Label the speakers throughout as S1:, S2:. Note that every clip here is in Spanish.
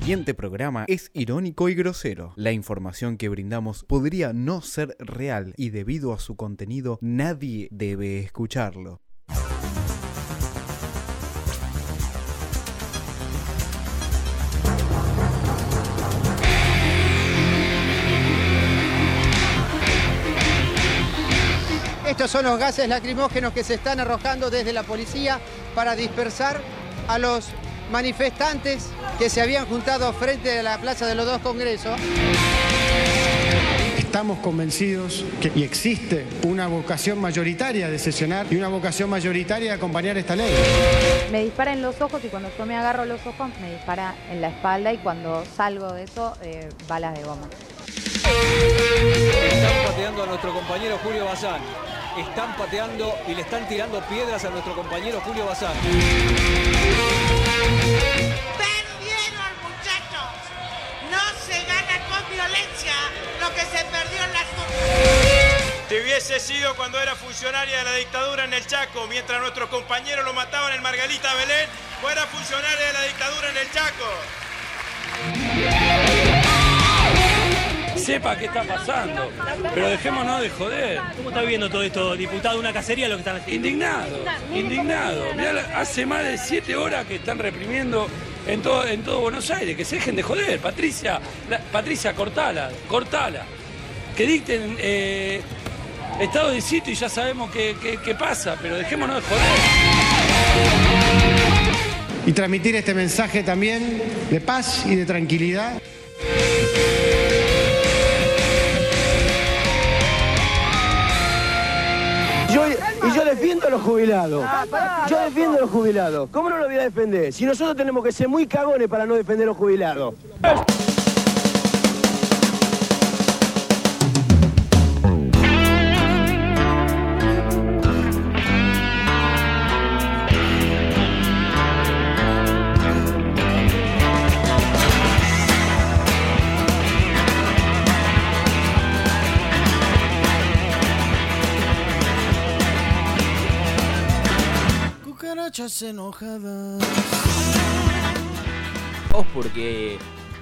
S1: siguiente programa es irónico y grosero. La información que brindamos podría no ser real y debido a su contenido nadie debe escucharlo.
S2: Estos son los gases lacrimógenos que se están arrojando desde la policía para dispersar a los manifestantes que se habían juntado frente a la Plaza de los Dos Congresos.
S3: Estamos convencidos que y existe una vocación mayoritaria de sesionar y una vocación mayoritaria de acompañar esta ley.
S4: Me dispara en los ojos y cuando yo me agarro los ojos me dispara en la espalda y cuando salgo de eso, eh, balas de goma.
S5: Están pateando a nuestro compañero Julio Bazán. Están pateando y le están tirando piedras a nuestro compañero Julio Bazán.
S6: Perdieron, muchachos. No se gana con violencia lo que se perdió en las urnas.
S7: Te hubiese sido cuando era funcionaria de la dictadura en el Chaco, mientras nuestros compañeros lo mataban en Margarita Belén, o era funcionaria de la dictadura en el Chaco.
S8: Sepa qué está pasando, pero dejémonos de joder.
S9: ¿Cómo está viendo todo esto, diputado? Una cacería lo que están haciendo.
S8: Indignado, indignado. Mirá, hace más de siete horas que están reprimiendo en todo, en todo Buenos Aires. Que se dejen de joder, Patricia. La, Patricia, cortala, cortala. Que dicten eh, estado de sitio y ya sabemos qué pasa, pero dejémonos de joder.
S3: Y transmitir este mensaje también de paz y de tranquilidad.
S10: Yo, y yo defiendo a los jubilados. Yo defiendo a los jubilados. ¿Cómo no lo voy a defender? Si nosotros tenemos que ser muy cagones para no defender a los jubilados.
S11: enojadas. porque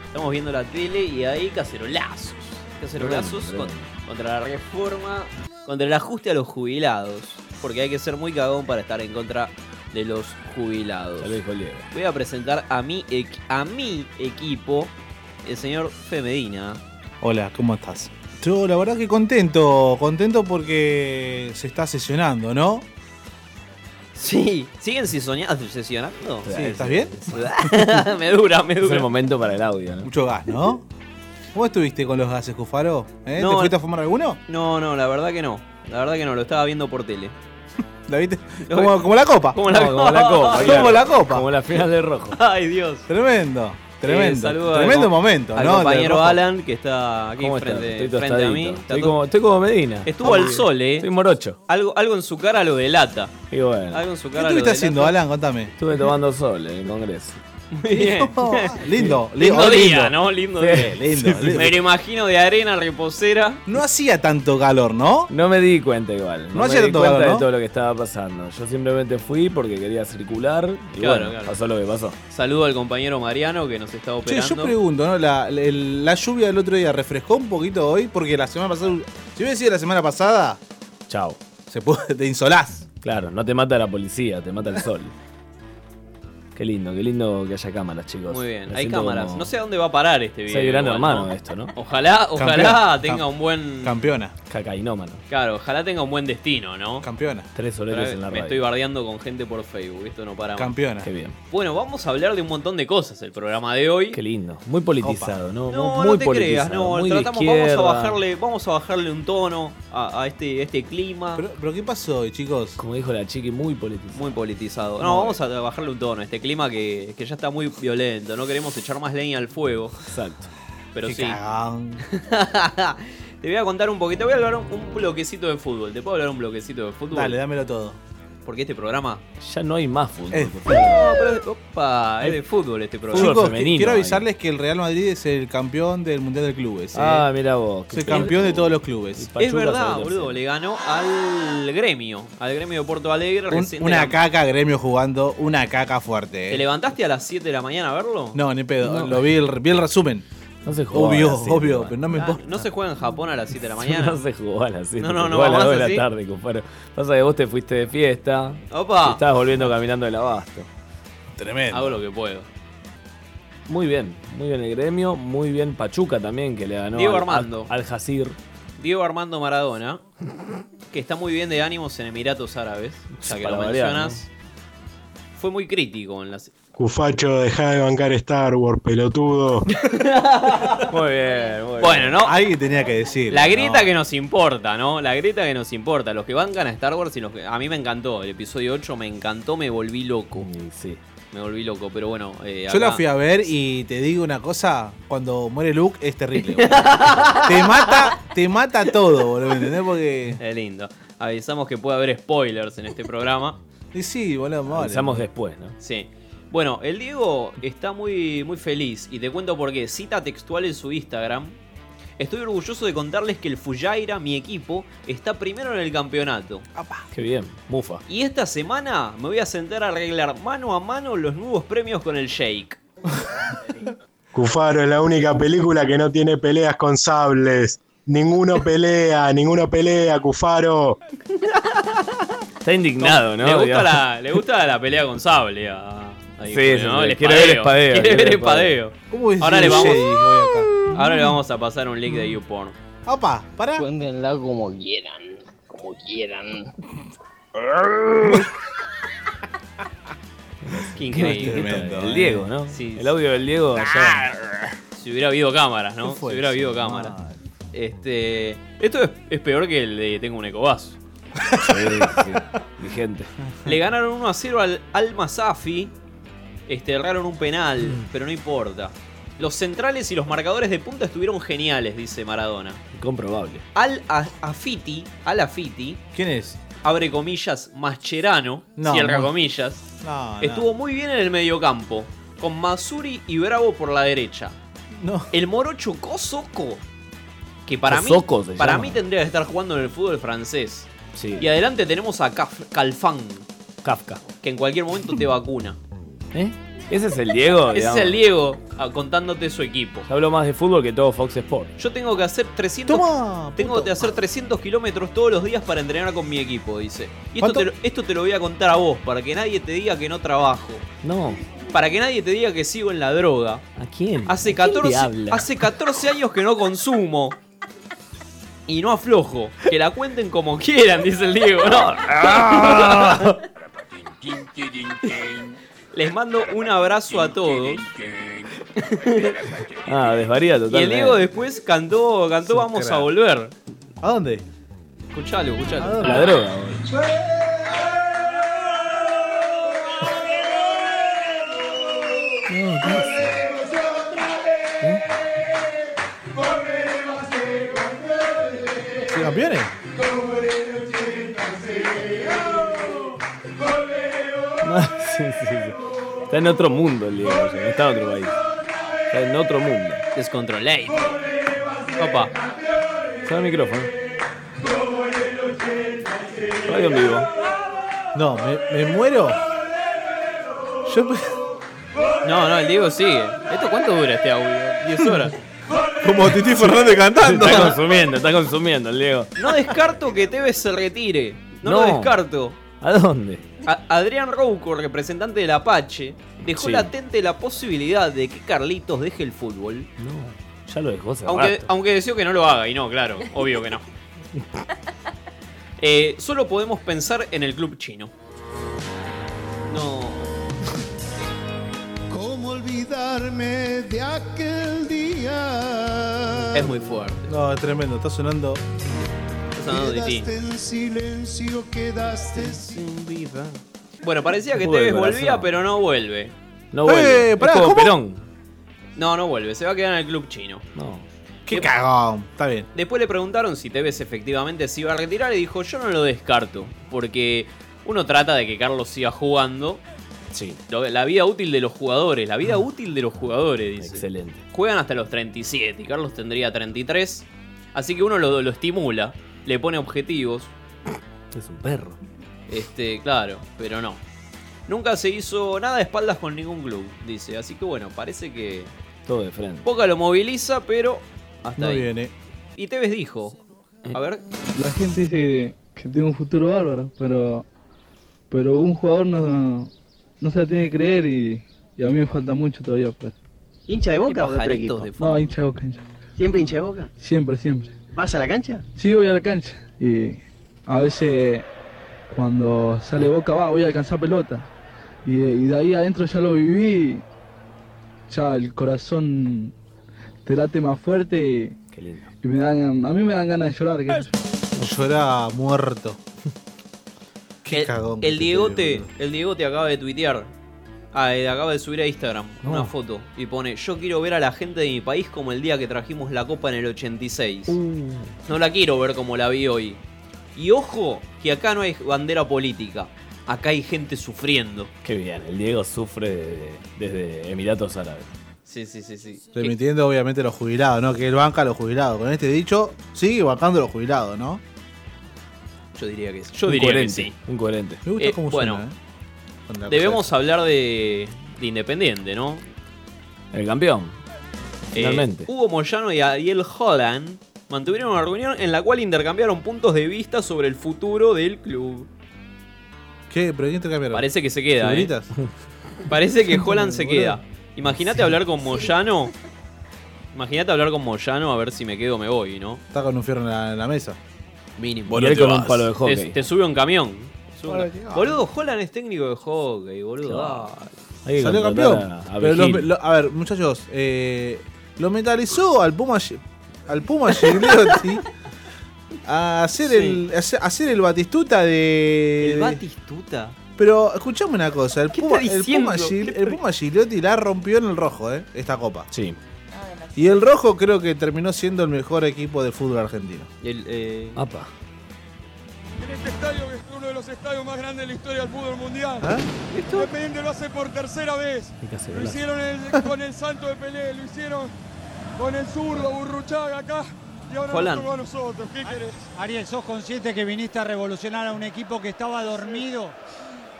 S11: estamos viendo la tele y hay cacerolazos. Cacerolazos con, contra la reforma, contra el ajuste a los jubilados. Porque hay que ser muy cagón para estar en contra de los jubilados. Voy a presentar a mi, a mi equipo, el señor Femedina.
S12: Hola, ¿cómo estás? Yo la verdad que contento, contento porque se está sesionando, ¿no?
S11: Sí, ¿siguen sesionando? sesionando?
S12: Sí, ¿Estás bien?
S11: me dura, me dura. Es
S13: el momento para el audio, ¿no?
S12: Mucho gas, ¿no? ¿Vos estuviste con los gases, Cufaro? ¿Eh?
S11: No,
S12: ¿Te fuiste a fumar alguno?
S11: No, no, la verdad que no. La verdad que no, lo estaba viendo por tele.
S12: ¿La viste? Como, como la copa.
S13: Como la, no, como la copa.
S12: Claro. Como la copa.
S13: Como la final de rojo.
S11: Ay, Dios.
S12: Tremendo. Tremendo, eh, tremendo
S11: al,
S12: momento,
S11: al
S12: ¿no?
S11: compañero Alan, que está aquí frente,
S13: estoy
S11: frente, a mí.
S13: Estoy como, estoy, como, Medina.
S11: Estuvo oh, al sol, ¿eh?
S13: Estoy morocho.
S11: Algo, algo en su cara lo delata.
S13: Y bueno.
S11: Algo en su
S12: cara ¿Qué estuviste haciendo, Alan? Contame.
S13: Estuve tomando sol en el Congreso.
S11: Muy bien.
S12: lindo,
S11: lindo, lindo día, lindo. ¿no? Lindo sí, día. Lindo, lindo, Me lo imagino de arena, reposera.
S12: No hacía tanto calor, ¿no?
S13: No me di cuenta igual.
S12: No, no hacía
S13: me di
S12: tanto
S13: cuenta
S12: calor, ¿no?
S13: de todo lo que estaba pasando. Yo simplemente fui porque quería circular y claro, bueno, claro. pasó lo que pasó.
S11: Saludo al compañero Mariano que nos está operando.
S12: Sí, yo pregunto, ¿no? La, la, la, lluvia del otro día refrescó un poquito hoy porque la semana pasada. Si hubiera sido la semana pasada.
S13: Chao.
S12: Se puede, te insolás.
S13: Claro, no te mata la policía, te mata el sol. Qué lindo, qué lindo que haya cámaras, chicos.
S11: Muy bien, Me hay cámaras. Como... No sé a dónde va a parar este video.
S13: Soy gran hermano esto, ¿no?
S11: Ojalá, ojalá Campeona. tenga un buen.
S12: Campeona.
S13: Cacainómano.
S11: Claro, ojalá tenga un buen destino, ¿no?
S12: Campeona.
S13: Tres horarios en la
S11: Me
S13: radio.
S11: estoy bardeando con gente por Facebook, esto no para.
S12: Campeona.
S13: Qué bien.
S11: Bueno, vamos a hablar de un montón de cosas el programa de hoy.
S13: Qué lindo. Muy politizado, Opa. ¿no?
S11: No,
S13: muy
S11: no te politizado, creas, no. Muy tratamos, vamos a bajarle, vamos a bajarle un tono a, a este, este clima.
S12: Pero, pero, ¿qué pasó hoy, chicos?
S13: Como dijo la chiqui, muy politizado.
S11: Muy politizado.
S13: eh.
S11: No, no vamos a bajarle un tono a este clima que, que, ya está muy violento. No queremos echar más leña al fuego.
S13: Exacto.
S11: Pero Qué sí.
S12: Ah,
S11: Te voy a contar un poquito. Voy a hablar un, un, bloquecito de fútbol. ¿Te puedo hablar un bloquecito de fútbol?
S12: Dale, dámelo todo.
S11: porque este programa.
S13: Ya no hay más fútbol.
S11: No, pero- opa, es de fútbol este programa.
S12: Chicos, quiero avisarles que el Real Madrid es el campeón del Mundial de Clubes. ¿eh?
S13: Ah, mirá vos,
S12: Es
S13: qué
S12: el
S13: feo.
S12: campeón de todos los clubes.
S11: Es verdad, boludo, le ganó al gremio, al gremio de Porto Alegre.
S12: Un-
S11: recién
S12: una
S11: de la-
S12: caca gremio jugando, una caca fuerte.
S11: ¿Te
S12: ¿eh?
S11: levantaste a las 7 de la mañana a verlo?
S12: No, ni pedo.
S11: No.
S12: Lo vi el, vi el resumen.
S13: No se
S11: jugaba
S12: Obvio,
S11: así,
S12: obvio,
S11: hermano.
S12: pero no me
S11: Ah,
S12: importa.
S11: No se juega en Japón a las 7 de la mañana.
S13: No se jugó a las 7.
S11: No, no, no,
S13: a las
S11: vamos
S13: 2 de
S11: así.
S13: la tarde, compadre. Pasa que vos te fuiste de fiesta.
S11: Opa.
S13: Y estabas volviendo caminando del abasto.
S12: Tremendo.
S11: Hago lo que puedo.
S13: Muy bien, muy bien el gremio, muy bien Pachuca también que le ganó
S11: Diego
S13: al,
S11: Armando.
S13: al, al Jazir.
S11: Diego Armando Maradona, que está muy bien de ánimos en Emiratos Árabes, ya que
S13: Para
S11: lo
S13: variar,
S11: mencionas. Fue muy crítico en las.
S14: Cufacho, deja de bancar Star Wars, pelotudo.
S13: Muy bien, muy
S11: Bueno, ¿no?
S12: Alguien tenía que decir.
S11: La grieta
S12: ¿no?
S11: que nos importa, ¿no? La grieta que nos importa. Los que bancan a Star Wars y los que. A mí me encantó. El episodio 8 me encantó, me volví loco.
S13: Sí.
S11: Me volví loco, pero bueno. eh,
S12: Yo la
S11: acá-
S12: fui a ver y te digo una cosa, cuando muere Luke es terrible. boludo. te mata, te mata todo, boludo, ¿me ¿entendés? Porque
S11: Es lindo. Avisamos que puede haber spoilers en este programa.
S12: y sí, boludo, más vale.
S13: Avisamos después, ¿no?
S11: Sí. Bueno, el Diego está muy, muy feliz y te cuento por qué. Cita textual en su Instagram. Estoy orgulloso de contarles que el Fujaira, mi equipo, está primero en el campeonato.
S13: Qué bien, mufa.
S11: Y esta semana me voy a sentar a arreglar mano a mano los nuevos premios con el Shake.
S14: Cufaro es la única película que no tiene peleas con sables. Ninguno pelea, ninguno pelea, Cufaro.
S13: Está indignado, ¿no?
S11: le, gusta
S13: Digamos.
S11: la, le gusta la pelea con sable a, a
S13: Sí,
S11: Diego,
S13: sí,
S11: ¿no?
S13: sí.
S11: El
S13: Quiere ver
S11: espadeo.
S13: espadeo,
S11: Quiere ver espadeo.
S12: ¿Cómo es
S11: Ahora
S12: el
S11: le vamos.
S12: Jedi? Voy
S11: Ahora le vamos a pasar un link de YouPorn.
S12: acá. Opa, pará.
S15: Cuéntenla como quieran. Como quieran.
S11: Qué increíble.
S13: Tremendo, El eh. Diego, ¿no? El audio del Diego
S11: Si hubiera habido cámaras, ¿no?
S13: ¿Qué
S11: Si
S13: fue
S11: hubiera
S13: eso,
S11: habido cámaras. Este. Esto es, es peor que el de Tengo un ecobazo.
S13: Vigente.
S11: Le ganaron 1 a 0 al Alma Safi. Este, erraron un penal,
S13: Mm.
S11: pero no importa. Los centrales y los marcadores de punta estuvieron geniales, dice Maradona.
S13: Comprobable.
S11: Al A- Afiti, Al Afiti.
S12: ¿Quién es?
S11: Abre comillas, Mascherano,
S12: No,
S11: cierra
S12: no.
S11: comillas.
S12: No, no.
S11: Estuvo muy bien en el mediocampo, con Masuri y Bravo por la derecha.
S12: No.
S11: El morocho Kosoko, que para mí,
S13: Kosoko se
S11: para
S13: llama.
S11: mí tendría que estar jugando en el fútbol francés.
S13: Sí.
S11: Y adelante tenemos a Kaf- Calfán,
S13: Kafka.
S11: que en cualquier momento te vacuna.
S13: ¿Eh? Ese es el
S11: Ese
S13: Diego,
S11: es
S13: digamos.
S11: el Diego ah, contándote su equipo.
S13: Ya habló más de fútbol que todo Fox Sport.
S11: Yo tengo que hacer 300 Tengo que hacer 300 kilómetros todos los días para entrenar con mi equipo, dice. Y esto
S13: ¿Cuánto?
S11: te, lo, esto te lo voy a contar a vos, para que nadie te diga que no trabajo.
S13: No.
S11: Para que nadie te diga que sigo en la droga.
S13: ¿A quién?
S11: Hace
S13: quién te
S11: 14,
S13: habla?
S11: hace 14 años que no consumo. Y no aflojo. Que la cuenten como quieran, dice el Diego. No.
S13: Ah.
S11: Les mando un abrazo a todos.
S13: Ah, desvaría
S11: Y el
S13: totalmente.
S11: Diego después cantó, cantó Vamos a volver.
S12: ¿A dónde?
S11: Escuchalo, escuchalo.
S13: La droga, boludo.
S12: ¿Sí, campeones?
S13: No, sí, sí, sí. Está en otro mundo el Diego, o sea, no está en otro país. Está en otro mundo.
S11: Descontrolate. Opa.
S13: Sale el micrófono. Radio en vivo.
S12: No, me, me muero. Yo me-
S11: No, no, el Diego sigue. ¿Esto cuánto dura este audio? 10 horas.
S12: como Titi Fernández cantando.
S13: Está consumiendo, está consumiendo el Diego.
S11: No descarto que Tevez se retire. No,
S13: No.
S11: lo descarto.
S13: ¿A dónde?
S11: A- Adrián Rouco, representante del Apache, dejó
S13: Sí.
S11: latente la posibilidad de que Carlitos deje el fútbol.
S13: No, ya lo dejó hace
S11: Aunque,
S13: rato.
S11: aunque deseo que no lo haga, y no, claro, obvio que no. Eh, solo podemos pensar en el club chino. No.
S16: ¿Cómo olvidarme de aquel día?
S11: Es muy fuerte.
S12: No, es tremendo, está sonando.
S11: Está sonando de ti.
S16: Quedaste en silencio, quedaste sin vida.
S11: Bueno, parecía que
S13: Fútbol de
S11: Tevez
S13: corazón.
S11: volvía, pero no vuelve.
S13: No
S12: Eh,
S13: vuelve. Es como Perón.
S11: No, no vuelve. Se va a quedar en el club chino.
S13: No.
S12: Qué cagón. Está bien.
S11: Después le preguntaron si Tevez efectivamente se iba a retirar y dijo, yo no lo descarto, porque uno trata de que Carlos siga jugando.
S13: Sí.
S11: La vida útil de los jugadores, la vida útil de los jugadores, dice.
S13: Excelente.
S11: Juegan hasta los 37 y Carlos tendría 33. Así que uno lo, lo estimula, le pone objetivos.
S13: Es un perro.
S11: Este, claro, pero no. Nunca se hizo nada de espaldas con ningún club, dice. Así que bueno, parece que
S13: Todo de frente.
S11: Boca lo moviliza, pero hasta
S13: No
S11: ahí.
S12: eh.
S13: viene.
S11: Y Tevez dijo, a ver,
S17: Eh, La gente dice que, que tiene un futuro bárbaro, pero, pero un jugador no, no se la tiene que creer y, y a mí me falta mucho todavía. Pues.
S18: ¿Hincha de boca o de otro
S11: Pajaritos
S18: equipo?
S11: de
S17: No, hincha de boca, hincha.
S18: ¿Siempre hincha de boca?
S17: Siempre, siempre.
S18: ¿Vas a la cancha?
S17: Sí, voy a la cancha y a veces cuando sale boca va, voy a alcanzar pelota. Y, y de ahí adentro ya lo viví, ya el corazón te late más fuerte y, y me dan, a mí me dan ganas de llorar. que-
S12: Llora muerto.
S11: el,
S12: cagón que
S11: el
S12: te
S11: Diegote, el Diegote acaba de tuitear. Ah, eh, acaba de subir a Instagram
S12: No.
S11: una foto y pone, yo quiero ver a la gente de mi país como el día que trajimos la copa en el 86.
S12: Uh.
S11: No la quiero ver como la vi hoy. Y ojo, que acá no hay bandera política. Acá hay gente sufriendo.
S13: Qué bien, el Diego sufre desde, desde Emiratos Árabes.
S11: Sí, sí, sí, sí.
S12: Remitiendo obviamente a los jubilados, ¿no? Que él banca a los jubilados. Con este dicho, sigue bancando a los jubilados, ¿no?
S11: Yo diría que sí. Yo
S13: Un
S11: diría que
S13: coherente,
S11: sí.
S13: Un coherente.
S12: Me gusta
S11: Eh,
S12: cómo
S11: bueno,
S12: suena, ¿eh? Con la
S11: Debemos hablar de, de Independiente, ¿no?
S13: El campeón.
S11: Eh,
S13: Finalmente.
S12: uh,
S11: Hugo Moyano y Ariel Holland mantuvieron una reunión en la cual intercambiaron puntos de vista sobre el futuro del club.
S12: ¿Qué? ¿Pero quién te cambiaron?
S11: Parece que se queda, ¿eh?
S12: ¿Figuritas?
S11: Parece que Holland se
S12: Boludo.
S11: queda. Imagínate hablar con Moyano. Imagínate hablar con Moyano a ver si me quedo o me voy, ¿no?
S12: Está con un fierro en la, en la mesa.
S11: Mínimo.
S13: Y él con un palo de hockey.
S11: Te, te sube un camión. Sube un
S12: Palo de
S11: ca-
S12: hockey.
S11: Boludo, Holland es técnico de hockey, boludo. Ah. dale.
S13: Hay que
S12: Salió
S13: contratar
S12: campeón.
S13: a- a
S12: Pero lo-
S13: Virgil.
S12: lo- a ver, muchachos, eh, lo mentalizó al Puma Gi- al Puma Gigliotti a hacer el a hacer- a hacer el Batistuta de
S11: El
S12: de-
S11: Batistuta.
S12: Pero escuchame una cosa, el Puma,
S11: está
S12: el,
S11: diciendo?
S12: Puma Gil-
S11: ¿Qué
S12: el Puma Gigliotti la rompió en el rojo, eh, esta copa.
S13: Sí.
S12: Y el rojo creo que terminó siendo el mejor equipo del fútbol argentino.
S11: El, eh,
S12: Ah,
S13: Apa.
S19: En este estadio, que es uno de los estadios más grandes de la historia del fútbol mundial, Independiente lo hace por tercera vez.
S13: Hay que hacer
S19: Lo
S13: golazo.
S19: hicieron el- con el santo de Pelé, Eh, lo hicieron con el zurdo, Burruchaga acá, y ahora
S20: Holland.
S19: nos tocó a nosotros. ¿Qué querés?
S20: Ariel, ¿sos consciente que viniste a revolucionar a un equipo que estaba dormido?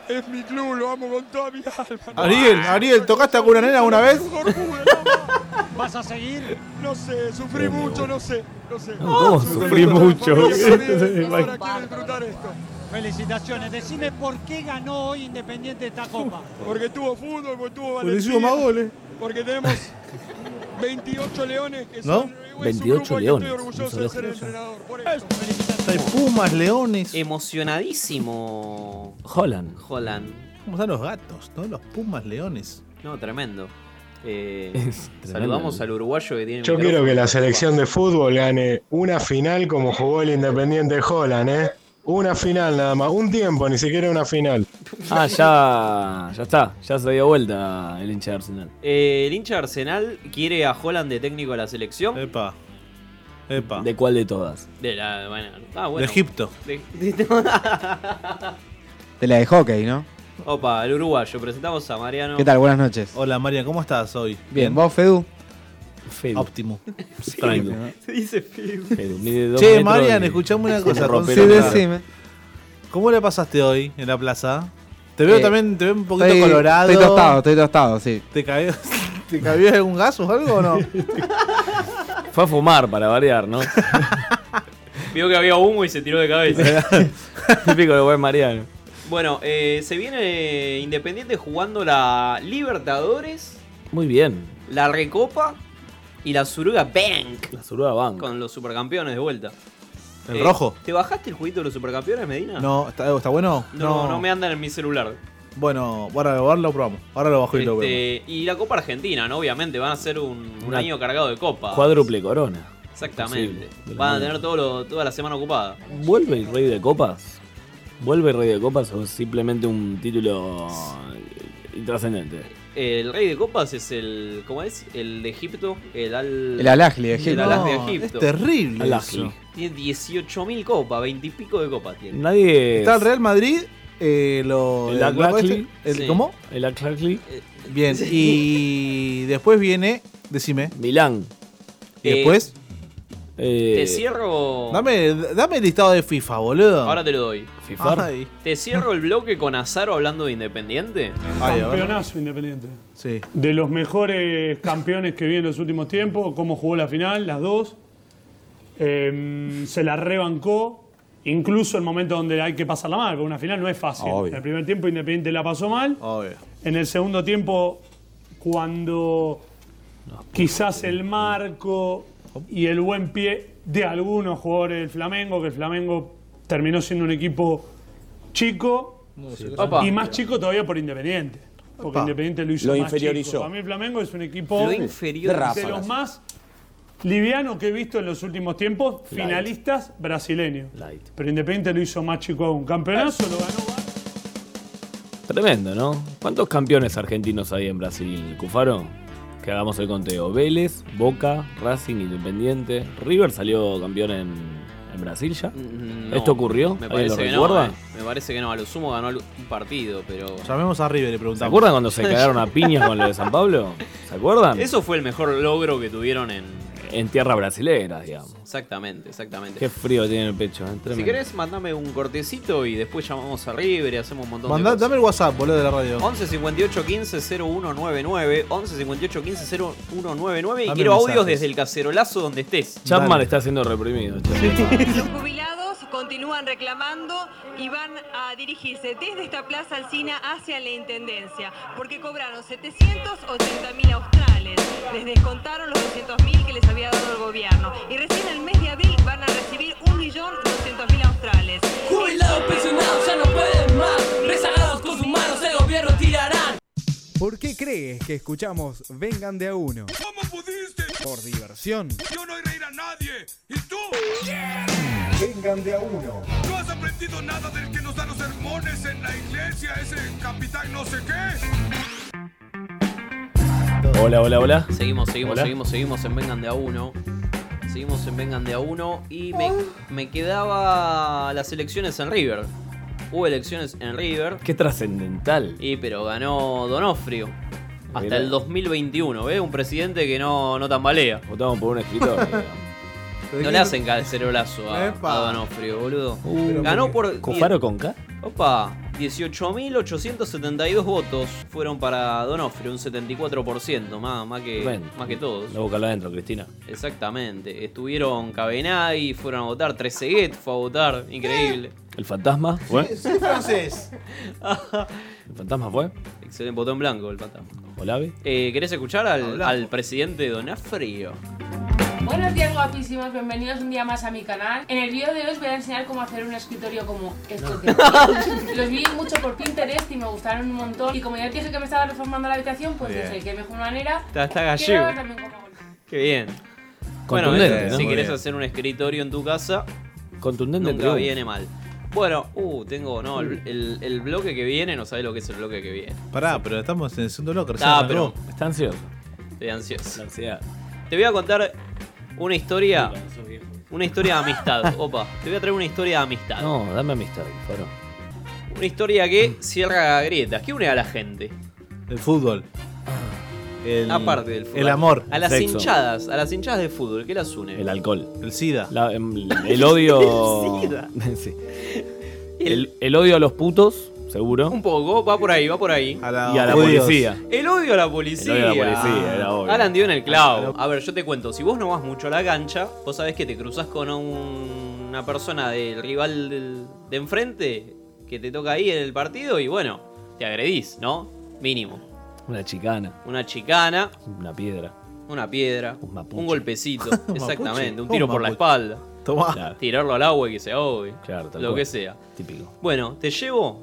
S19: Es mi club, lo amo con toda mi alma. Ah,
S12: Ariel, Ariel, ¿tocaste a alguna nena una vez?
S19: ¿Vas a seguir? No sé, sufrí mucho, no sé, no sé.
S13: ¿Cómo sufrí mucho?
S19: Ahora quiero disfrutar esto.
S20: Felicitaciones, decime por qué ganó hoy Independiente esta copa.
S19: Porque tuvo fútbol, porque tuvo
S20: Porque
S19: Valentín.
S20: hizo más goles.
S19: Porque tenemos 28 leones que
S12: ¿No?
S19: son... es un grupo
S12: 28
S19: al que
S12: leones,
S19: Estoy orgulloso
S12: eso
S19: de
S12: es
S19: ser el
S12: eso.
S19: entrenador. Por eso.
S12: Pumas, leones.
S11: Emocionadísimo.
S13: Holland.
S11: Holland.
S12: ¿Cómo están los gatos? ¿No? Los Pumas Leones.
S11: No, tremendo. Eh,
S13: tremendo.
S11: saludamos al uruguayo que tiene el
S21: Yo quiero
S11: micrófono.
S21: que la selección de fútbol gane una final como jugó el Independiente Holland, ¿eh? Una final nada más, un tiempo, ni siquiera una final.
S13: Ah, ya, ya está. Ya se dio vuelta el hincha de Arsenal.
S11: Eh, el hincha de Arsenal quiere a Holland de técnico de la selección.
S12: Epa. Epa.
S13: ¿De cuál de todas?
S11: De la. bueno, ah, bueno.
S1: De Egipto.
S11: De- de-
S1: De la de hockey, ¿no?
S11: Opa, el uruguayo. Presentamos a Mariano.
S1: ¿Qué tal? Buenas noches.
S12: Hola María, ¿cómo estás hoy?
S1: Bien, ¿vos, Fedu?
S12: Óptimo.
S13: Tranquilo.
S11: Se dice Fedu.
S13: Fedu, Ah, mide dos
S12: Che,
S13: metros
S12: Marian,
S13: y-
S12: escuchame
S13: y
S12: una
S13: un
S12: cosa.
S13: ropero
S12: consigue-
S13: atrás.
S12: ¿Cómo la pasaste hoy en la plaza? Te veo
S1: Eh,
S12: también, te veo un poquito
S1: estoy-
S12: colorado.
S1: Estoy tostado, estoy tostado, sí.
S12: ¿Te cabió, ¿Te cabió algún gas o algo o no?
S13: Fue a fumar para variar, ¿no?
S11: Vio que había humo y se tiró de
S21: Eh.
S11: cabeza.
S13: Típico de buen Mariano.
S11: bueno, eh, se viene Independiente jugando la Libertadores,
S13: Muy bien.
S11: la Recopa y la Suruga Bank.
S13: La Suruga Bank.
S11: Con los supercampeones de vuelta.
S12: ¿El rojo?
S11: ¿Te bajaste el jueguito de los supercampeones, Medina?
S12: No, ¿está, está bueno?
S11: No, no, me andan en mi celular.
S12: Bueno, ahora, ahora lo probamos. Ahora lo bajo y lo probamos.
S11: Este, y la Copa Argentina, ¿no? Obviamente, van a ser un, un
S13: Una
S11: año cargado de Copa.
S13: Cuádruple corona.
S11: Exactamente.
S13: Posible, de la
S11: Van a
S13: mano.
S11: tener todo lo- toda la semana ocupada.
S13: ¿Vuelve el Rey de Copas? ¿Vuelve el Rey de Copas o es simplemente un título eh, intrascendente?
S11: El rey de copas es el. ¿Cómo es? El de Egipto. El al.
S1: El Al-Ahly de Egipto.
S11: El Al-Ahly de
S1: No,
S11: Egipto.
S1: es terrible Al-Ahly. eso.
S11: Tiene 18.000 copas, 20 y pico de copas tiene.
S13: Nadie.
S12: Está el Real Madrid eh, lo,
S13: El Dak
S12: loco
S13: Buckley.
S12: este, el-
S13: Sí.
S12: ¿Cómo?
S13: El Dak Buckley.
S12: Bien,
S13: Sí.
S12: y después viene, decime.
S13: Milán.
S12: ¿Y después?
S11: Eh, Te cierro.
S12: Dame, dame el listado de FIFA, boludo.
S11: Ahora te lo doy.
S12: Fifar. Ay.
S11: Te cierro el bloque con Azaro hablando de Independiente.
S2: Campeonazo Independiente. De los mejores campeones que vi en los últimos tiempos, cómo jugó la final, las dos. Eh, se la rebancó, incluso el momento donde hay que pasarla mal, porque una final no es fácil.
S12: Obvio.
S2: En el primer tiempo Independiente la pasó mal. En el segundo tiempo, cuando quizás el marco y el buen pie de algunos jugadores del Flamengo, que el Flamengo terminó siendo un equipo chico
S22: Opa.
S2: y más chico todavía por Independiente. Porque
S22: Opa.
S2: Independiente lo hizo
S22: Lo
S2: más
S22: inferiorizó.
S2: chico. Para mí el Flamengo es un equipo
S22: Lo
S2: de,
S22: inferiorizó.
S2: los más livianos que he visto en los últimos tiempos,
S22: Light.
S2: finalistas brasileños. Pero Independiente lo hizo más chico aún. Campeonazo lo ganó.
S13: Tremendo, ¿no? ¿Cuántos campeones argentinos hay en Brasil, Cufaro? Que hagamos el conteo. Vélez, Boca, Racing, Independiente. River salió campeón en, en Brasil ya.
S11: Mm, No,
S13: ¿Esto ocurrió?
S11: Me
S13: ¿Alguien
S11: parece
S13: lo
S11: que
S13: recuerda?
S11: no. eh. Me parece que no. A lo sumo ganó al- un partido, pero.
S12: Llamemos a River y preguntamos.
S13: ¿Se acuerdan cuando se cagaron a piñas con lo de San Pablo? ¿Se acuerdan?
S11: Eso fue el mejor logro que tuvieron en.
S13: En tierra brasilera, digamos.
S11: Exactamente, exactamente.
S13: Qué frío tiene el pecho. ¿eh?
S11: si
S13: Tremendo.
S11: querés, mandame un cortecito y después llamamos a River y hacemos un montón de
S12: Mandá-
S11: cosas.
S12: dame el WhatsApp, boludo, de la radio.
S11: 11 58 15 0199 11 58 15 0199 y
S13: Dame
S11: quiero
S13: mensajes.
S11: audios desde el cacerolazo donde estés.
S13: Chapman está siendo reprimido. che.
S23: jubilados continúan reclamando y van a dirigirse desde esta Plaza Alcina hacia la Intendencia, porque cobraron 780 mil australes, les descontaron los 200 mil que les había dado el gobierno y recién el mes de abril van a recibir 1.200.000 australes.
S6: Jubilados, pensionados, ya no pueden más. Rezagados con sus manos, el gobierno tirarán.
S1: ¿Por qué crees que escuchamos Vengan de a uno?
S6: ¿Cómo pudiste?
S1: Por diversión.
S6: Yo no iré a nadie. ¿Y tú? Vengan de a uno. No has aprendido nada del que nos da los sermones en la iglesia, ese capitán no sé qué.
S13: Hola, hola, hola.
S11: Seguimos, seguimos,
S13: Hola.
S11: seguimos, seguimos en Vengan de a uno. Seguimos en Vengan de a uno y me, me quedaba las elecciones en River. Hubo elecciones en River.
S13: Qué trascendental.
S11: Y pero ganó Donofrio. Hasta
S13: Mirá.
S11: el 2021, ¿ves? Un presidente que no, no tambalea.
S13: Votamos por un escritor.
S11: no le hacen cacerolazo a, a Donofrio, boludo.
S13: Uh, Pero
S11: ganó
S13: porque-
S11: por.
S13: ¿Cufaro con K?
S11: Opa, 18.872 votos fueron para Donofrio, un 74%, más, más, que,
S13: Tremendo.
S11: más que todos.
S13: No búscalo adentro, Cristina.
S11: Exactamente. Estuvieron Cabenay, fueron a votar, Trezeguet fue a votar, increíble.
S13: ¿El fantasma? ¿Fue?
S12: Sí, francés.
S13: ¿El fantasma fue?
S11: Excelente, votó en blanco el fantasma.
S13: ¿Olavi?
S11: Eh, ¿Querés escuchar al, al presidente Donofrio?
S19: Buenos días guapísimas, bienvenidos un día más a mi canal. En el vídeo de hoy os voy a enseñar cómo hacer un escritorio como estos de aquí. Los vi mucho por Pinterest y me gustaron un montón. Y como ya os dije que me estaba reformando la habitación, pues
S11: Bien.
S19: dije que mejor manera.
S11: Está- está
S19: que
S11: gallego.
S19: grabar también como-
S11: Qué bien. Bueno,
S13: Contundente,
S11: eh,
S13: ¿no?
S11: si
S13: Muy
S11: querés
S13: bien.
S11: hacer un escritorio en tu casa,
S13: Contundente
S11: nunca
S13: triunfo.
S11: viene mal. Bueno, uh, tengo, no, el, el- el bloque que viene, no sabés lo que es el bloque que viene.
S12: Pará, pero estamos en el segundo
S13: Pues
S12: locker.
S11: Ah, pero-
S13: Está ansioso.
S11: Estoy ansioso. Te voy a contar una historia. Una historia de amistad. Opa, te voy a traer una historia de amistad.
S13: No, dame amistad, Cufaro.
S11: Una historia que cierra grietas, que une a la gente.
S12: El fútbol. El,
S11: Aparte del fútbol.
S12: El amor.
S11: A las
S12: Sexo.
S11: hinchadas, a las hinchadas de fútbol, ¿qué las une?
S13: El alcohol.
S12: El SIDA.
S13: em, el, odio.
S11: El SIDA.
S13: Sí. El, el odio a los putos, seguro.
S11: Un poco, va por ahí, va por ahí.
S12: Ah.
S13: Y a la judíos. policía.
S11: El odio a la policía.
S13: El odio a la policía, era obvio.
S11: Alan dio en el clavo. A ver, yo te cuento, si vos no vas mucho a la cancha, vos sabés que te cruzas con un- una persona del rival del- de enfrente que te toca ahí en el partido y bueno, te agredís, ¿no? Mínimo.
S13: Una chicana,
S11: Una chicana,
S13: una piedra.
S11: una piedra, un, golpecito, exactamente, un
S13: mapuche.
S11: tiro
S13: Un
S11: por la espalda.
S13: Claro.
S11: Tirarlo al agua y que se ahogue.
S13: tal
S11: lo
S13: cual.
S11: que sea.
S13: Típico.
S11: Bueno, te llevo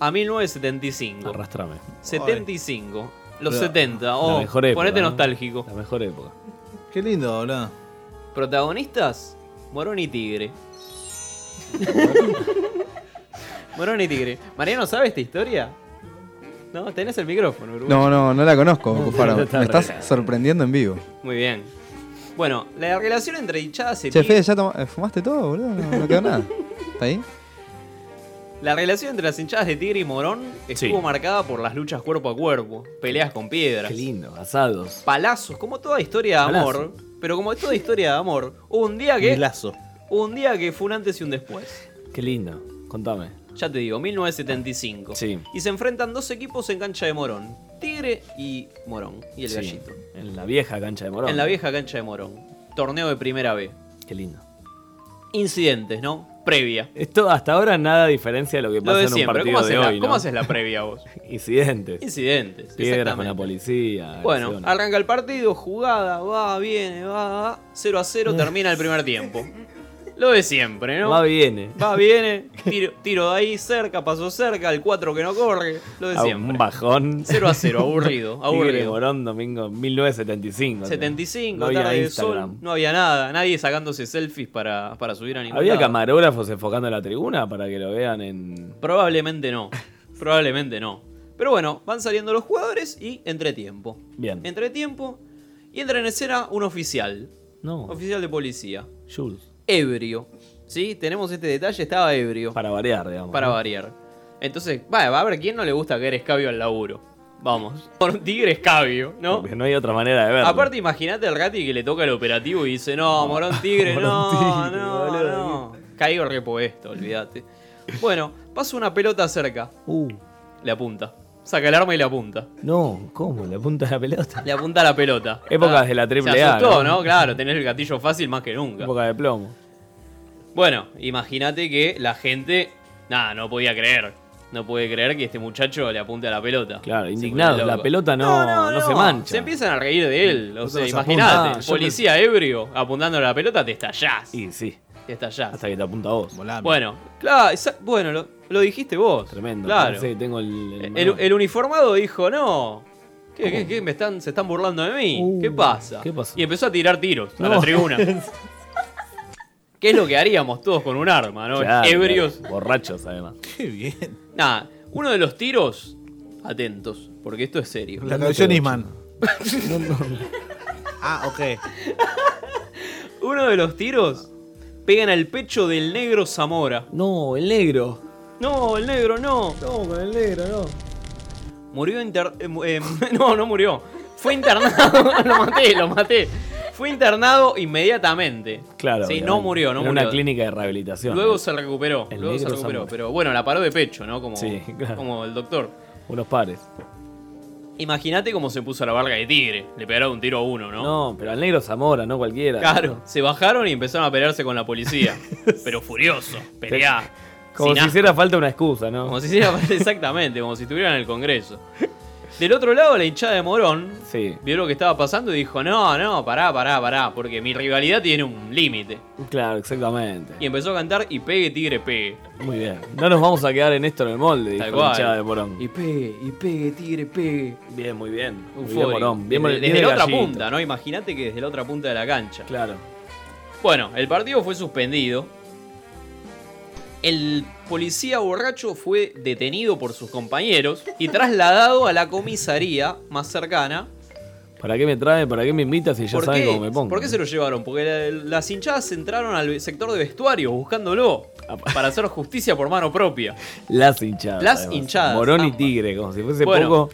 S11: a 1975.
S13: Arrastrame.
S11: 75. Los
S13: Pero,
S11: 70.
S13: la
S11: Oh,
S13: mejor época,
S11: ponete
S13: ¿no?
S11: nostálgico.
S13: La mejor época.
S12: Qué lindo, boludo.
S11: Protagonistas: Morón y Tigre. Morón y Tigre. Mariano, ¿sabe esta historia? No, tenés el micrófono, Uruguay.
S24: No, no, no la conozco, Cufaro.
S11: Está
S24: Me estás
S11: re-
S24: sorprendiendo en vivo.
S11: Muy bien. Bueno, la relación entre hinchadas y
S24: Che,
S11: Tigre-
S24: Fede, ¿ya toma- eh, fumaste todo, boludo? No, no quedó nada. ¿Está ahí?
S11: La relación entre las hinchadas de Tigre y Morón estuvo marcada por las luchas cuerpo a cuerpo, peleas con piedras.
S13: Qué lindo, asados.
S11: Palazos, como toda historia de
S13: Palazo.
S11: amor. Pero como toda historia de amor, hubo un día que.
S13: Milazo.
S11: hubo un día que fue un antes y un después.
S13: Qué lindo, contame.
S11: Ya te digo, 1975.
S13: Sí.
S11: Y se enfrentan dos equipos en cancha de Morón. Tigre y Morón. Y el
S13: Sí,
S11: gallito.
S13: En la vieja cancha de Morón.
S11: En la vieja cancha de Morón. Torneo de primera B.
S13: Qué lindo.
S11: Incidentes, ¿no? Previa.
S13: Esto hasta ahora nada diferencia de lo que
S11: Lo
S13: pasa
S11: de
S13: en un
S11: siempre.
S13: partido
S11: ¿Cómo haces,
S13: de
S11: la,
S13: hoy,
S11: ¿Cómo
S13: ¿no?
S11: haces la previa vos?
S13: Incidentes.
S11: Incidentes,
S13: Piedras con
S11: exactamente.
S13: la policía.
S11: Bueno,
S13: agresión.
S11: arranca el partido, jugada, va, viene, va, va. 0 a 0, termina el primer tiempo. Lo de siempre, ¿no?
S13: va, viene.
S11: Va, viene, tiro, tiro de ahí, cerca, pasó cerca, el 4 que no corre. Lo de
S13: Ah,
S11: siempre.
S13: Un bajón.
S11: 0 a 0, aburrido,
S13: Tigre
S11: aburrido.
S13: Morón, domingo 1975.
S11: 75,
S13: No había
S11: tarde de
S13: Instagram.
S11: sol, no había nada, nadie sacándose selfies para, para subir a ningún
S13: ¿Había
S11: lado.
S13: camarógrafos enfocando la tribuna para que lo vean en.
S11: Probablemente no, probablemente no. Pero bueno, van saliendo los jugadores y entretiempo.
S13: Bien.
S11: Entretiempo y entra en escena un oficial,
S13: No,
S11: oficial de policía,
S13: Jules.
S11: ebrio. ¿Sí? Tenemos este detalle, estaba ebrio.
S13: Para variar, digamos.
S11: Para
S13: ¿no?
S11: variar. Entonces, va, va a ver quién no le gusta caer escabio al laburo. Vamos. Por un tigre escabio, ¿no?
S13: Porque no hay otra manera de verlo.
S11: Aparte, imagínate al Gatti que le toca el operativo y dice, no, Morón Tigre, no, no, no. Caigo repuesto, olvídate. Bueno, pasa una pelota cerca.
S13: Uh,
S11: Le apunta. Saca el arma y le apunta.
S13: no, ¿cómo? La punta de la pelota.
S11: Le apunta a la pelota.
S13: Épocas de la
S11: Se
S13: triple A,
S11: asustó,
S13: ¿no?
S11: ¿no? Claro, tener el gatillo fácil más que nunca.
S13: Época de plomo.
S11: Bueno, imagínate que la gente, nada, no podía creer. No puede creer que este muchacho le apunte a la pelota.
S13: Claro,
S11: Se
S13: indignados.
S11: vuelve
S13: La
S11: loco.
S13: pelota no, no, se mancha.
S11: Se empiezan a reír de él. O
S13: Nosotros
S11: sea,
S13: apunta-
S11: imagínate,
S13: Ah, yo
S11: policía ebrio apuntando a la pelota, te estallás.
S13: Y sí,
S11: Te estallás.
S13: hasta que te apunta vos.
S11: Bueno, claro, exa- bueno, lo, lo dijiste vos.
S13: Tremendo.
S11: Claro.
S13: Sí, tengo el. el
S11: El, el uniformado dijo, no. ¿Qué, qué- qué? Me están, se están burlando de mí. ¿Qué pasa?
S13: Uh, ¿qué pasó?
S11: Y empezó a tirar tiros a la
S13: No.
S11: tribuna. ¿Qué es lo que haríamos todos con un arma, no?
S13: Claro,
S11: Ebrios.
S13: claro, Borrachos, además.
S12: Qué bien.
S11: Nada, uno de los tiros, atentos, porque esto es serio.
S12: La canción Isman. Ah, ok.
S11: Uno de los tiros pegan al pecho del negro Zamora.
S13: No, el negro.
S11: No, el negro no.
S13: No, con el negro, no.
S11: Murió inter... eh, mu- eh, no, no murió. Fue internado. lo maté, lo maté. Fue internado inmediatamente.
S13: Claro.
S11: Sí,
S13: obviamente.
S11: no murió, no
S13: Era
S11: murió.
S13: una clínica de rehabilitación.
S11: Luego
S13: eh.
S11: se recuperó.
S13: El
S11: Luego se
S13: negro
S11: recuperó.
S13: Zamora.
S11: Pero bueno, la paró de pecho, ¿no? Como,
S13: Sí, claro.
S11: como el doctor.
S13: Unos pares.
S11: Imagínate cómo se puso la barca de tigre. Le pegaron un tiro a uno, ¿no?
S13: No, pero al negro Zamora, no cualquiera.
S11: Claro, se bajaron y empezaron a pelearse con la policía. pero furioso, peleá.
S13: Como
S11: sin
S13: si
S11: asco.
S13: hiciera falta una excusa, ¿no?
S11: Como si hiciera- exactamente, como si estuviera en el Congreso. Del otro lado, la hinchada de Morón
S13: Sí,
S11: vio lo que estaba pasando y dijo, no, no, pará, pará, pará, porque mi rivalidad tiene un límite.
S13: claro, exactamente.
S11: Y empezó a cantar y pegue, tigre, pegue.
S13: Muy bien. No nos vamos a quedar en esto en el molde, dijo
S11: Tal
S13: la
S11: cual.
S13: hinchada de Morón.
S11: Y pegue, y pegue, tigre, pegue. Bien, muy bien.
S13: Bien, Morón. Bien,
S11: desde
S13: bien
S11: desde la otra
S13: gallito.
S11: punta, ¿no? Imagínate que desde la otra punta de la cancha.
S13: Claro.
S11: Bueno, el partido fue suspendido. El policía borracho fue detenido por sus compañeros y trasladado a la comisaría más cercana.
S13: ¿Para qué me traen? ¿Para qué me invitas si ya
S11: ¿Por,
S13: saben
S11: qué,
S13: cómo me pongo?
S11: por qué se lo llevaron? Porque la- las hinchadas entraron al sector de vestuario buscándolo
S13: Ah,
S11: para hacer justicia por mano propia.
S13: Las hinchadas.
S11: Las hinchadas,
S13: Morón y
S11: ambas.
S13: Tigre, como si fuese
S11: Bueno.
S13: poco.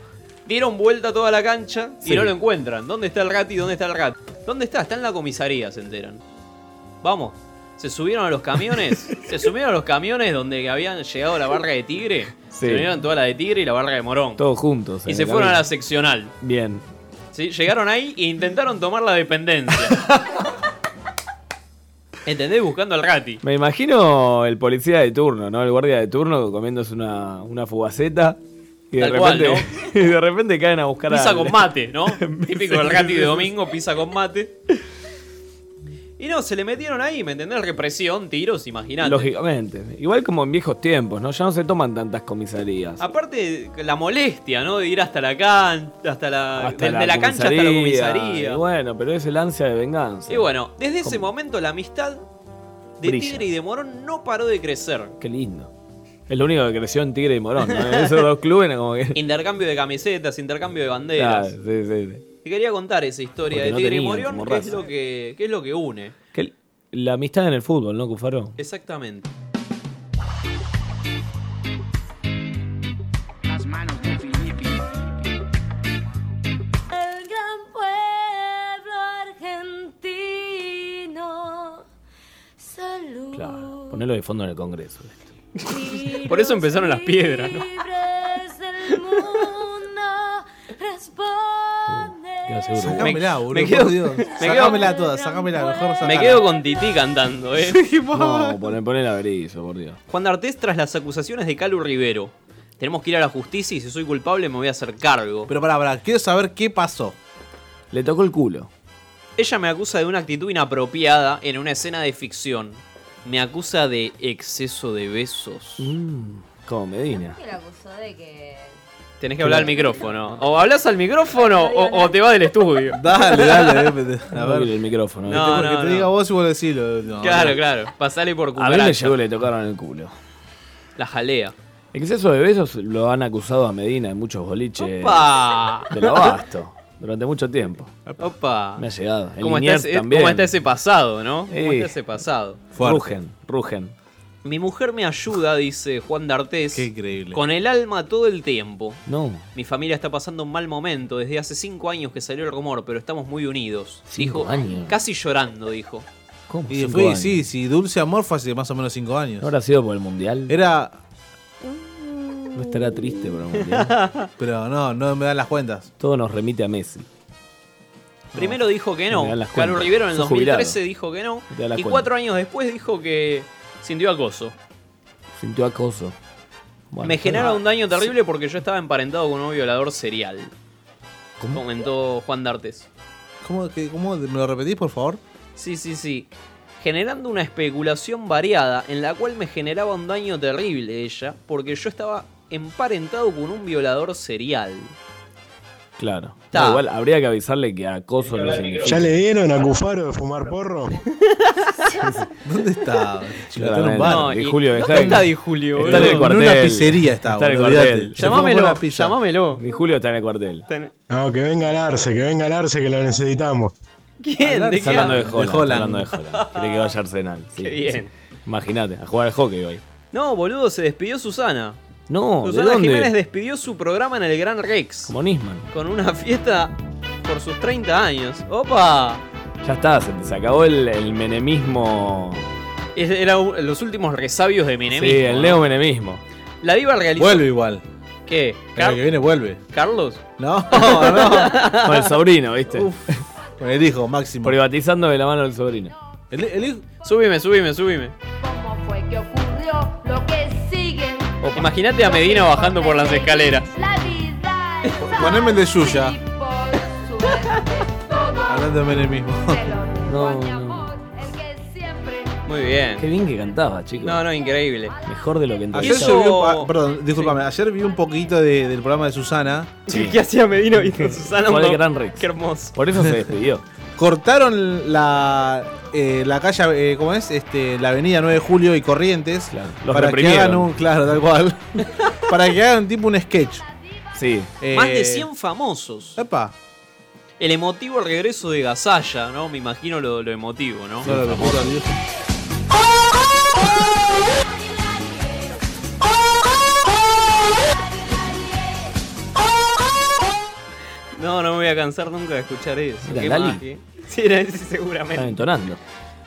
S11: Dieron vuelta toda la cancha y
S13: Sí.
S11: no lo encuentran. ¿Dónde está el Gatti? ¿Dónde está el Gatti? ¿Dónde está? Está en la comisaría, se enteran. Vamos. Se subieron a los camiones. se subieron a los camiones donde habían llegado la barra de tigre.
S13: Sí.
S11: Se unieron toda la de tigre y la barra de morón.
S13: Todos juntos.
S11: y
S13: en
S11: se
S13: el
S11: fueron a
S13: camino.
S11: la seccional.
S13: Bien.
S11: ¿sí? Llegaron ahí e intentaron tomar la dependencia. ¿Entendés? Buscando al Gatti.
S13: Me imagino el policía de turno, ¿no? El guardia de turno comiéndose una, una fugaceta. Y de,
S11: Tal cual,
S13: repente, y de repente caen a buscar
S11: Pizza
S13: al-
S11: con mate, ¿no? Típico del Gatti de domingo, pizza con mate. Y no, se le metieron ahí, ¿me entendés? Represión, tiros, imagínate.
S13: Lógicamente. Igual como en viejos tiempos, ¿no? Ya no se toman tantas comisarías.
S11: Ah, Aparte, la molestia, ¿no? De ir hasta la cancha, hasta la.
S13: Hasta
S11: de, de la cancha hasta la comisaría.
S13: Y bueno, pero es el ansia de venganza.
S11: Y bueno, desde ese
S13: ¿Cómo?
S11: momento la amistad de
S13: Brilla.
S11: Tigre y de Morón no paró de crecer.
S13: Qué lindo. Es lo único que creció en Tigre y Morón, ¿no? Esos dos clubes, ¿no? Como que...
S11: Intercambio de camisetas, intercambio de
S13: Claro,
S11: banderas.
S13: sí, sí, sí.
S11: Te quería contar esa historia
S13: Porque
S11: de
S13: no
S11: Tigre y
S13: tenían
S11: Morón,
S13: como
S11: que es,
S13: raza.
S11: lo que, que es lo que une.
S13: Que la amistad en el fútbol, ¿no, Cufaro?
S11: Exactamente.
S13: Ponelo de fondo en el Congreso. esto.
S25: Por eso empezaron las piedras, ¿no?
S4: Libres del mundo, responde.
S12: Sácamela,
S11: Me-
S12: boludo.
S11: me quedo-
S12: por Dios.
S11: me quedo-
S12: Sácamela toda, sácamela. Mejor
S11: Me
S12: sácala.
S11: quedo con Titi cantando, ¿eh?
S13: No, poné, poné la berizo, por Dios.
S11: Juan D'Artés tras las acusaciones de Calu Rivero. Tenemos que ir a la justicia y si soy culpable me voy a hacer cargo.
S12: Pero pará, pará, quiero saber qué pasó.
S13: Le tocó el culo.
S11: Ella me acusa de una actitud inapropiada en una escena de ficción. Me acusa de exceso de besos.
S12: Mm.
S13: como Medina.
S4: Que la acusó de que.
S11: Tenés que hablar al micrófono. O hablas al micrófono o, o te vas del estudio.
S12: Dale, dale, eh, a ver.
S13: El micrófono.
S11: No,
S12: Porque
S11: no,
S12: te
S11: no.
S12: diga vos y vos decilo. No,
S11: Claro,
S12: no.
S11: claro. Pasale por
S13: A mí le
S11: cucaracha.
S13: llegó, le tocaron el culo.
S11: La jalea.
S13: Exceso de besos lo han acusado a Medina en muchos boliches
S11: ¡Opa!
S13: del abasto durante mucho tiempo.
S11: Opa.
S13: Me ha llegado. El
S11: ¿Cómo está,
S13: Linier
S11: ese,
S13: también.
S11: cómo está ese pasado, no? ¿Cómo
S13: Sí.
S11: está ese pasado?
S13: Fuerte. Rugen, rugen.
S11: Mi mujer me ayuda, dice Juan D'Artés. Qué
S12: increíble.
S11: Con el alma todo el tiempo.
S13: No.
S11: Mi familia está pasando un mal momento. Desde hace cinco años que salió el rumor, pero estamos muy unidos.
S13: Cinco
S11: dijo,
S13: años.
S11: casi llorando, dijo.
S13: ¿Cómo?
S12: Y
S13: Cinco
S12: fue,
S13: años.
S12: sí, sí, Dulce Amor fue hace más o menos 5 años.
S13: ¿No habrá sido por el mundial?
S12: Era.
S13: No estará triste por el mundial.
S12: Pero no, no me dan las cuentas.
S13: Todo nos remite a Messi.
S11: Primero dijo que no.
S13: Me dan las
S11: Carlos
S13: cuentas.
S11: Rivero en el
S13: Sos jubilado.
S11: 2013 dijo que no.
S13: Me dan las
S11: Y
S13: cuentas.
S11: cuatro años después dijo que sintió acoso.
S13: Sintió acoso. Bueno,
S11: me
S13: está
S11: genera
S13: bien.
S11: un daño terrible porque yo estaba emparentado con un violador serial. Comentó Juan D'Artes.
S12: ¿Cómo, que- cómo me lo repetís, por favor?
S11: Sí, sí, sí. Generando una especulación variada en la cual me generaba un daño terrible ella porque yo estaba emparentado con un violador serial.
S13: Claro.
S11: Ta.
S13: No, igual habría que avisarle que acoso no significa.
S14: ¿Ya le dieron a Cufaro de fumar porro?
S12: ¿Dónde está?
S13: Claramente.
S12: en un bar.
S13: No, Di Julio,
S11: ¿Dónde
S13: está en-
S11: está Di Julio?
S13: Está
S11: boludo?
S13: en el
S12: En
S13: cuartel.
S12: una pizzería está,
S13: Está en el
S12: boludo, olvídate.
S13: cuartel.
S12: Se fue a comer
S11: Llamámelo,
S12: una pizza.
S11: llamámelo.
S13: Di Julio está en el cuartel.
S14: No, que venga el Arce, que venga el Arce, que lo necesitamos.
S11: ¿Quién? ¿De
S13: Está
S11: qué
S13: hablando de
S11: habla?
S13: Holland. está
S12: Holland.
S13: hablando de Holland. Quiere que vaya a Arsenal. sí.
S11: Qué bien.
S13: Imagínate, a jugar al hockey hoy.
S11: No, boludo, se despidió Susana.
S13: No, ¿de
S11: Susana
S13: dónde?
S11: Jiménez despidió su programa en el Gran Rex
S13: Como Nisman.
S11: con una fiesta por sus 30 años. ¡Opa!
S13: Ya está, se, se acabó el, el menemismo.
S11: Es- Era un- los últimos resabios de Menemismo.
S13: sí, el
S11: ¿no?
S13: neomenemismo.
S11: La diva realizó...
S12: Vuelve igual.
S11: ¿Qué?
S12: El que
S11: ¿Car-
S12: viene vuelve.
S11: ¿Carlos?
S12: No, no.
S13: Con el sobrino, ¿viste?
S12: Con el hijo, máximo.
S13: Privatizando de la mano del sobrino.
S12: El, el hijo.
S11: Súbime, súbime, súbime.
S4: ¿Cómo fue que ocurrió lo que sigue?
S11: Imagínate a Medina bajando por las escaleras.
S4: La vida es
S12: Poneme el de Yuya.
S4: por suerte. Todo
S12: Hablando de menemismo.
S4: se lo
S13: No,
S4: mi
S13: no.
S4: amor, el que siempre.
S11: Muy bien.
S13: Qué bien que cantaba, chicos.
S11: No, no, increíble.
S13: Mejor de lo que
S12: Ayer
S13: entendía.
S11: Eso-
S12: yo vi un, ah, perdón, discúlpame, ayer vi un poquito de- del programa de Susana.
S11: ¿Qué hacía Medina viendo a Susana?
S13: Fue al
S11: Mon-
S13: Gran Rex.
S11: Qué hermoso.
S13: Por eso se despidió.
S12: Cortaron la, eh, la calle, eh, ¿cómo es? Este, la avenida 9 de Julio y Corrientes.
S13: los
S12: para que
S13: reprimieron.
S12: hagan un, claro, tal cual. para que hagan tipo un sketch.
S13: Sí.
S12: Eh,
S11: Más de 100 famosos.
S12: Epa.
S11: El emotivo regreso de Gazalla, ¿no? Me imagino lo, lo emotivo, ¿no?
S12: No, lo juro, Dios.
S11: No, no me voy a cansar nunca de escuchar eso.
S13: Era
S11: Qué
S13: Lali.
S11: magia. Sí, era ese
S13: Están
S11: seguramente.
S13: entonando.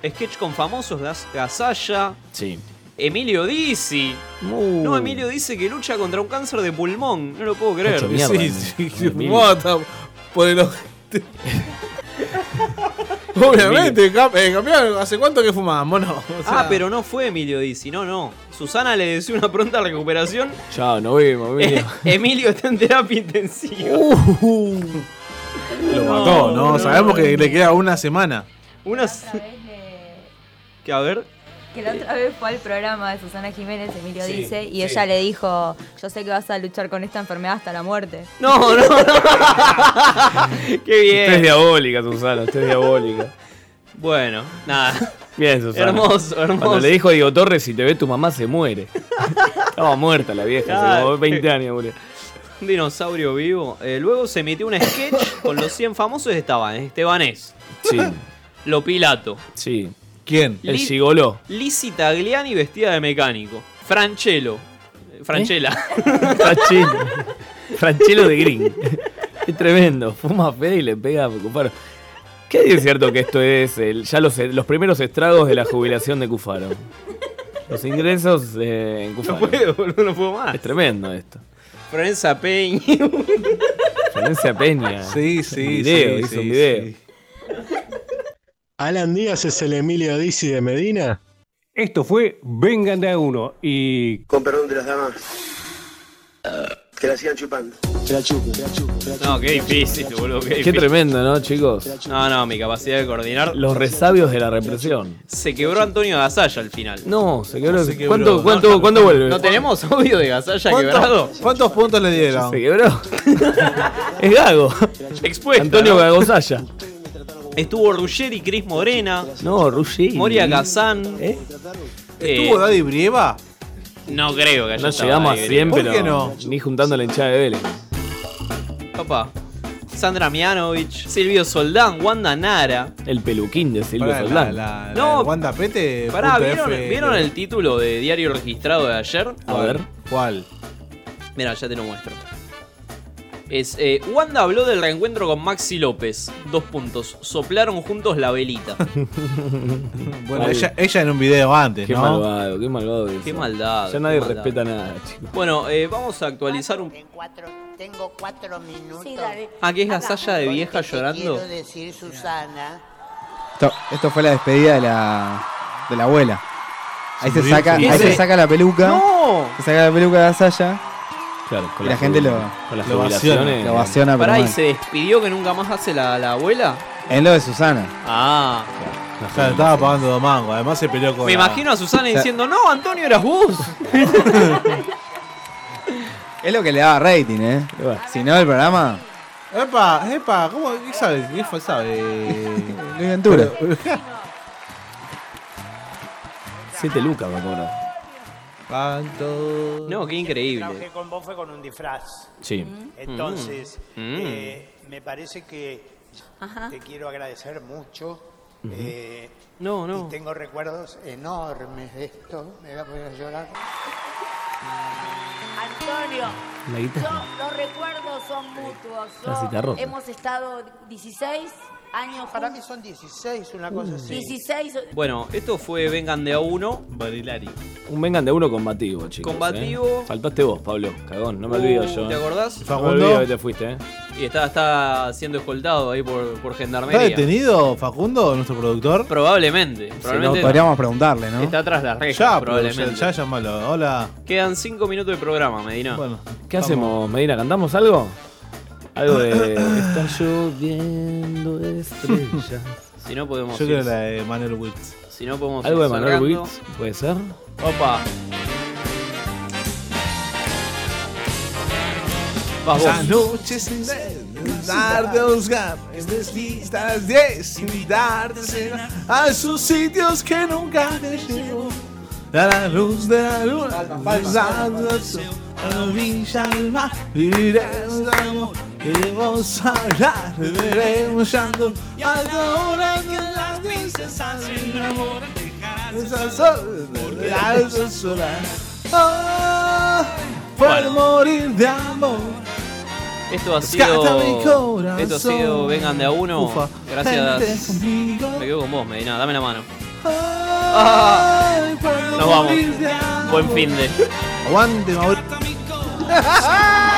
S11: Sketch con famosos, Gaz- Gazalla,
S13: Sí.
S11: Emilio Dizzi.
S13: Uh.
S11: No, Emilio dice que lucha contra un cáncer de pulmón. No lo puedo creer.
S13: Hecho mierda,
S12: Sí,
S13: Emilio.
S12: sí, sí,
S13: Emilio.
S12: mota por el ojete. Obviamente, cap- eh, campeón, ¿hace cuánto que fumábamos? No, o
S11: Ah,
S12: sea,
S11: pero no fue Emilio Dizzi, no, no. Susana le deseó una pronta recuperación.
S13: Chao, nos vimos,
S11: Eh.
S13: Emilio.
S11: Emilio está en terapia intensiva.
S12: Lo mató, ¿no?
S11: no,
S12: Sabemos que le queda una semana.
S11: Unas.
S4: Otra vez le-
S11: Que a ver.
S4: Que la otra vez fue al programa de Susana Jiménez, Emilio
S11: Sí,
S4: dice, y
S11: sí.
S4: ella le dijo, yo sé que vas a luchar con esta enfermedad hasta la muerte.
S11: No, no, no. Qué
S13: Usted es
S11: bien.
S13: diabólica, Susana. Usted es diabólica.
S11: Bueno, nada.
S13: Bien, Susana.
S11: Hermoso, hermoso.
S13: Cuando le dijo a Diego Torres, si te ve tu mamá se muere. Estaba muerta la vieja, hace
S11: Claro.
S13: como 20 años, boludo.
S11: Un dinosaurio vivo. Eh, luego se emitió un sketch con los 100 famosos. Estaban Estebanés,
S13: Sí,
S11: Lopilato,
S13: sí.
S12: ¿Quién?
S13: El
S11: Li-
S13: gigoló.
S11: Lizzie Tagliani vestida de mecánico, Franchelo. eh, Franchella.
S13: Franchelo. Franchelo de Green. Es tremendo. Fuma fe y le pega a Cufaro. ¿Qué hay de cierto que esto es el- ya los, los primeros estragos de la jubilación de Cufaro? Los ingresos eh, en Cufaro.
S11: No puedo, boludo, no puedo más.
S13: Es tremendo esto.
S11: Florencia Peña.
S13: Florencia Peña.
S12: Sí, sí,
S13: Un video,
S12: sí,
S13: hizo un
S12: sí,
S13: video.
S3: ¿Alan Díaz es el Emilio Dizzi de Medina?
S26: Esto fue Vengan de a uno y.
S27: Con perdón de las damas. Que la sigan chupando. Que la chupen, que la chupen, que la
S11: No, qué difícil, este boludo. Qué,
S13: Qué
S11: difícil.
S13: tremendo, ¿no, chicos?
S11: No, no, mi capacidad de coordinar.
S13: Los resabios de la represión.
S11: Se quebró Antonio Gasalla al final.
S13: No, se quebró.
S11: se quebró.
S13: ¿Cuánto,
S11: No,
S13: cuánto,
S11: no,
S13: ¿Cuándo
S11: no.
S13: vuelve?
S11: ¿No tenemos audio de Gasalla
S12: ¿Cuánto-
S11: quebrado?
S12: ¿Cuántos puntos le dieron?
S13: Se quebró. es Gago.
S11: Expuesto.
S13: Antonio
S11: ¿no?
S13: Gagosaya.
S11: Estuvo Ruggeri, Cris Morena,
S13: No, Ruggeri.
S11: Moria Kazan.
S13: ¿Eh?
S12: ¿Estuvo Daddy Brieva?
S11: No creo que haya
S13: No
S11: estado
S13: llegamos a
S11: ahí,
S13: 100,
S11: creo.
S13: pero ni juntando la hinchada de Vélez.
S11: Papá. Sandra Mianovich, Silvio Soldán, Wanda Nara.
S13: El peluquín de Silvio
S11: Pará, la-
S13: Soldán.
S11: la- la- No.
S12: Wanda Pete.
S11: Pará,
S12: punto
S11: ¿vieron,
S12: F.
S11: vieron el título de diario registrado de ayer?
S13: A ver.
S12: ¿Cuál?
S11: Mira, ya te lo muestro. Es, eh, Wanda habló del reencuentro con Maxi López. Dos puntos. Soplaron juntos la velita.
S12: Bueno,
S13: Ay,
S12: ella, ella en un video antes,
S13: Qué
S12: ¿no?
S13: malvado, qué malvado eso.
S11: Qué maldad.
S13: Ya nadie
S11: qué maldad.
S13: respeta nada, chicos.
S11: Bueno, eh, vamos a actualizar un.
S4: Tengo cuatro minutos.
S11: Ah, que es Gasalla de vieja llorando.
S4: Quiero decir, Susana,
S1: Esto, esto fue la despedida de la, de la abuela. Ahí, se
S13: Sí,
S1: saca,
S13: sí.
S1: ahí se
S13: Ese-
S1: saca la peluca.
S11: ¡No!
S1: Se saca la peluca de Asaya.
S13: Claro, con
S1: Y la
S13: las
S1: gente lo-
S13: Con las
S1: lo ovaciona.
S13: jubilaciones.
S1: Lo ovaciona,
S11: Pará,
S1: pero
S11: y
S1: mal.
S11: se despidió que nunca más hace la, la abuela.
S1: Es lo de Susana.
S11: Ah.
S12: Claro, estaba pagando dos mangos. Además se peleó con.
S11: Me
S12: la-
S11: imagino a Susana
S12: O sea-
S11: diciendo, no, Antonio, eras vos.
S1: Es lo que le daba rating, ¿eh? Si no, el programa.
S12: Epa, epa, ¿cómo? ¿Qué sabe? ¿Qué fue? ¿Sabe?
S1: Luis Ventura.
S13: Siete lucas me acuerdo.
S12: ¿Cuánto?
S11: No, qué increíble.
S23: Trabajé con vos fue con un disfraz.
S13: Sí.
S23: Entonces,
S13: Mm.
S23: eh, me parece que te quiero agradecer mucho.
S11: Ujú.
S23: eh,
S11: No, no.
S23: Y tengo recuerdos enormes de esto. Me voy a poner a llorar.
S4: Antonio, La yo, guitarra. los recuerdos son mutuos. La Yo- guitarra. hemos estado 16 años
S23: Para mí son 16, una cosa así.
S4: 16.
S11: Bueno, esto fue Vengan de a uno. Barilari.
S13: Un vengan de uno combativo, chicos.
S11: Combativo.
S13: ¿eh? Faltaste vos, Pablo. Cagón, no me olvido
S11: Uh,
S13: yo.
S11: ¿te
S13: ¿eh?
S11: acordás?
S13: No me
S11: Facundo.
S13: olvido que te fuiste, eh.
S11: Y está, está siendo escoltado ahí por, por
S12: ¿Está
S11: gendarmería.
S12: detenido Facundo, nuestro productor?
S11: Probablemente. probablemente
S1: podríamos preguntarle, ¿no?
S11: Está atrás de las rejas,
S12: Ya, pero
S11: probablemente.
S12: ya, ya llamalo. Hola.
S11: Quedan 5 minutos de programa, Medina. Bueno,
S13: ¿Qué hacemos, Medina? ¿Cantamos algo? Algo de. Está lloviendo estrellas.
S11: Si no podemos.
S12: Yo quiero
S11: ir-
S12: la de Manuel Witz.
S11: Si no podemos.
S13: Algo de
S11: ir
S13: Manuel
S11: cerrando.
S13: Witz, puede ser.
S11: Opa. Vas vos.
S12: Las noches sin dar de buscar, es deslistas de sin dar de cena a esos sitios que nunca te llevo. A la luz de la luna, pasando el sol, a la villa del mar, viviremos el amor. Queremos hablar, veremos llanto, y a la hora que las brisas se enamoran, dejarás el sol, dejarás el sol. Ah, por morir de amor.
S11: Esto ha
S12: Rescata mi
S11: sido.
S12: corazón.
S11: Esto ha sido Vengan de a uno.
S12: Ufa.
S11: Gracias.
S12: Vente conmigo.
S11: Me quedo con vos, Medina. Dame la mano.
S12: Ay, puedo
S11: Ah. Nos vamos.
S12: morir de amor.
S11: Buen fin de.
S12: Aguante, Mauricio.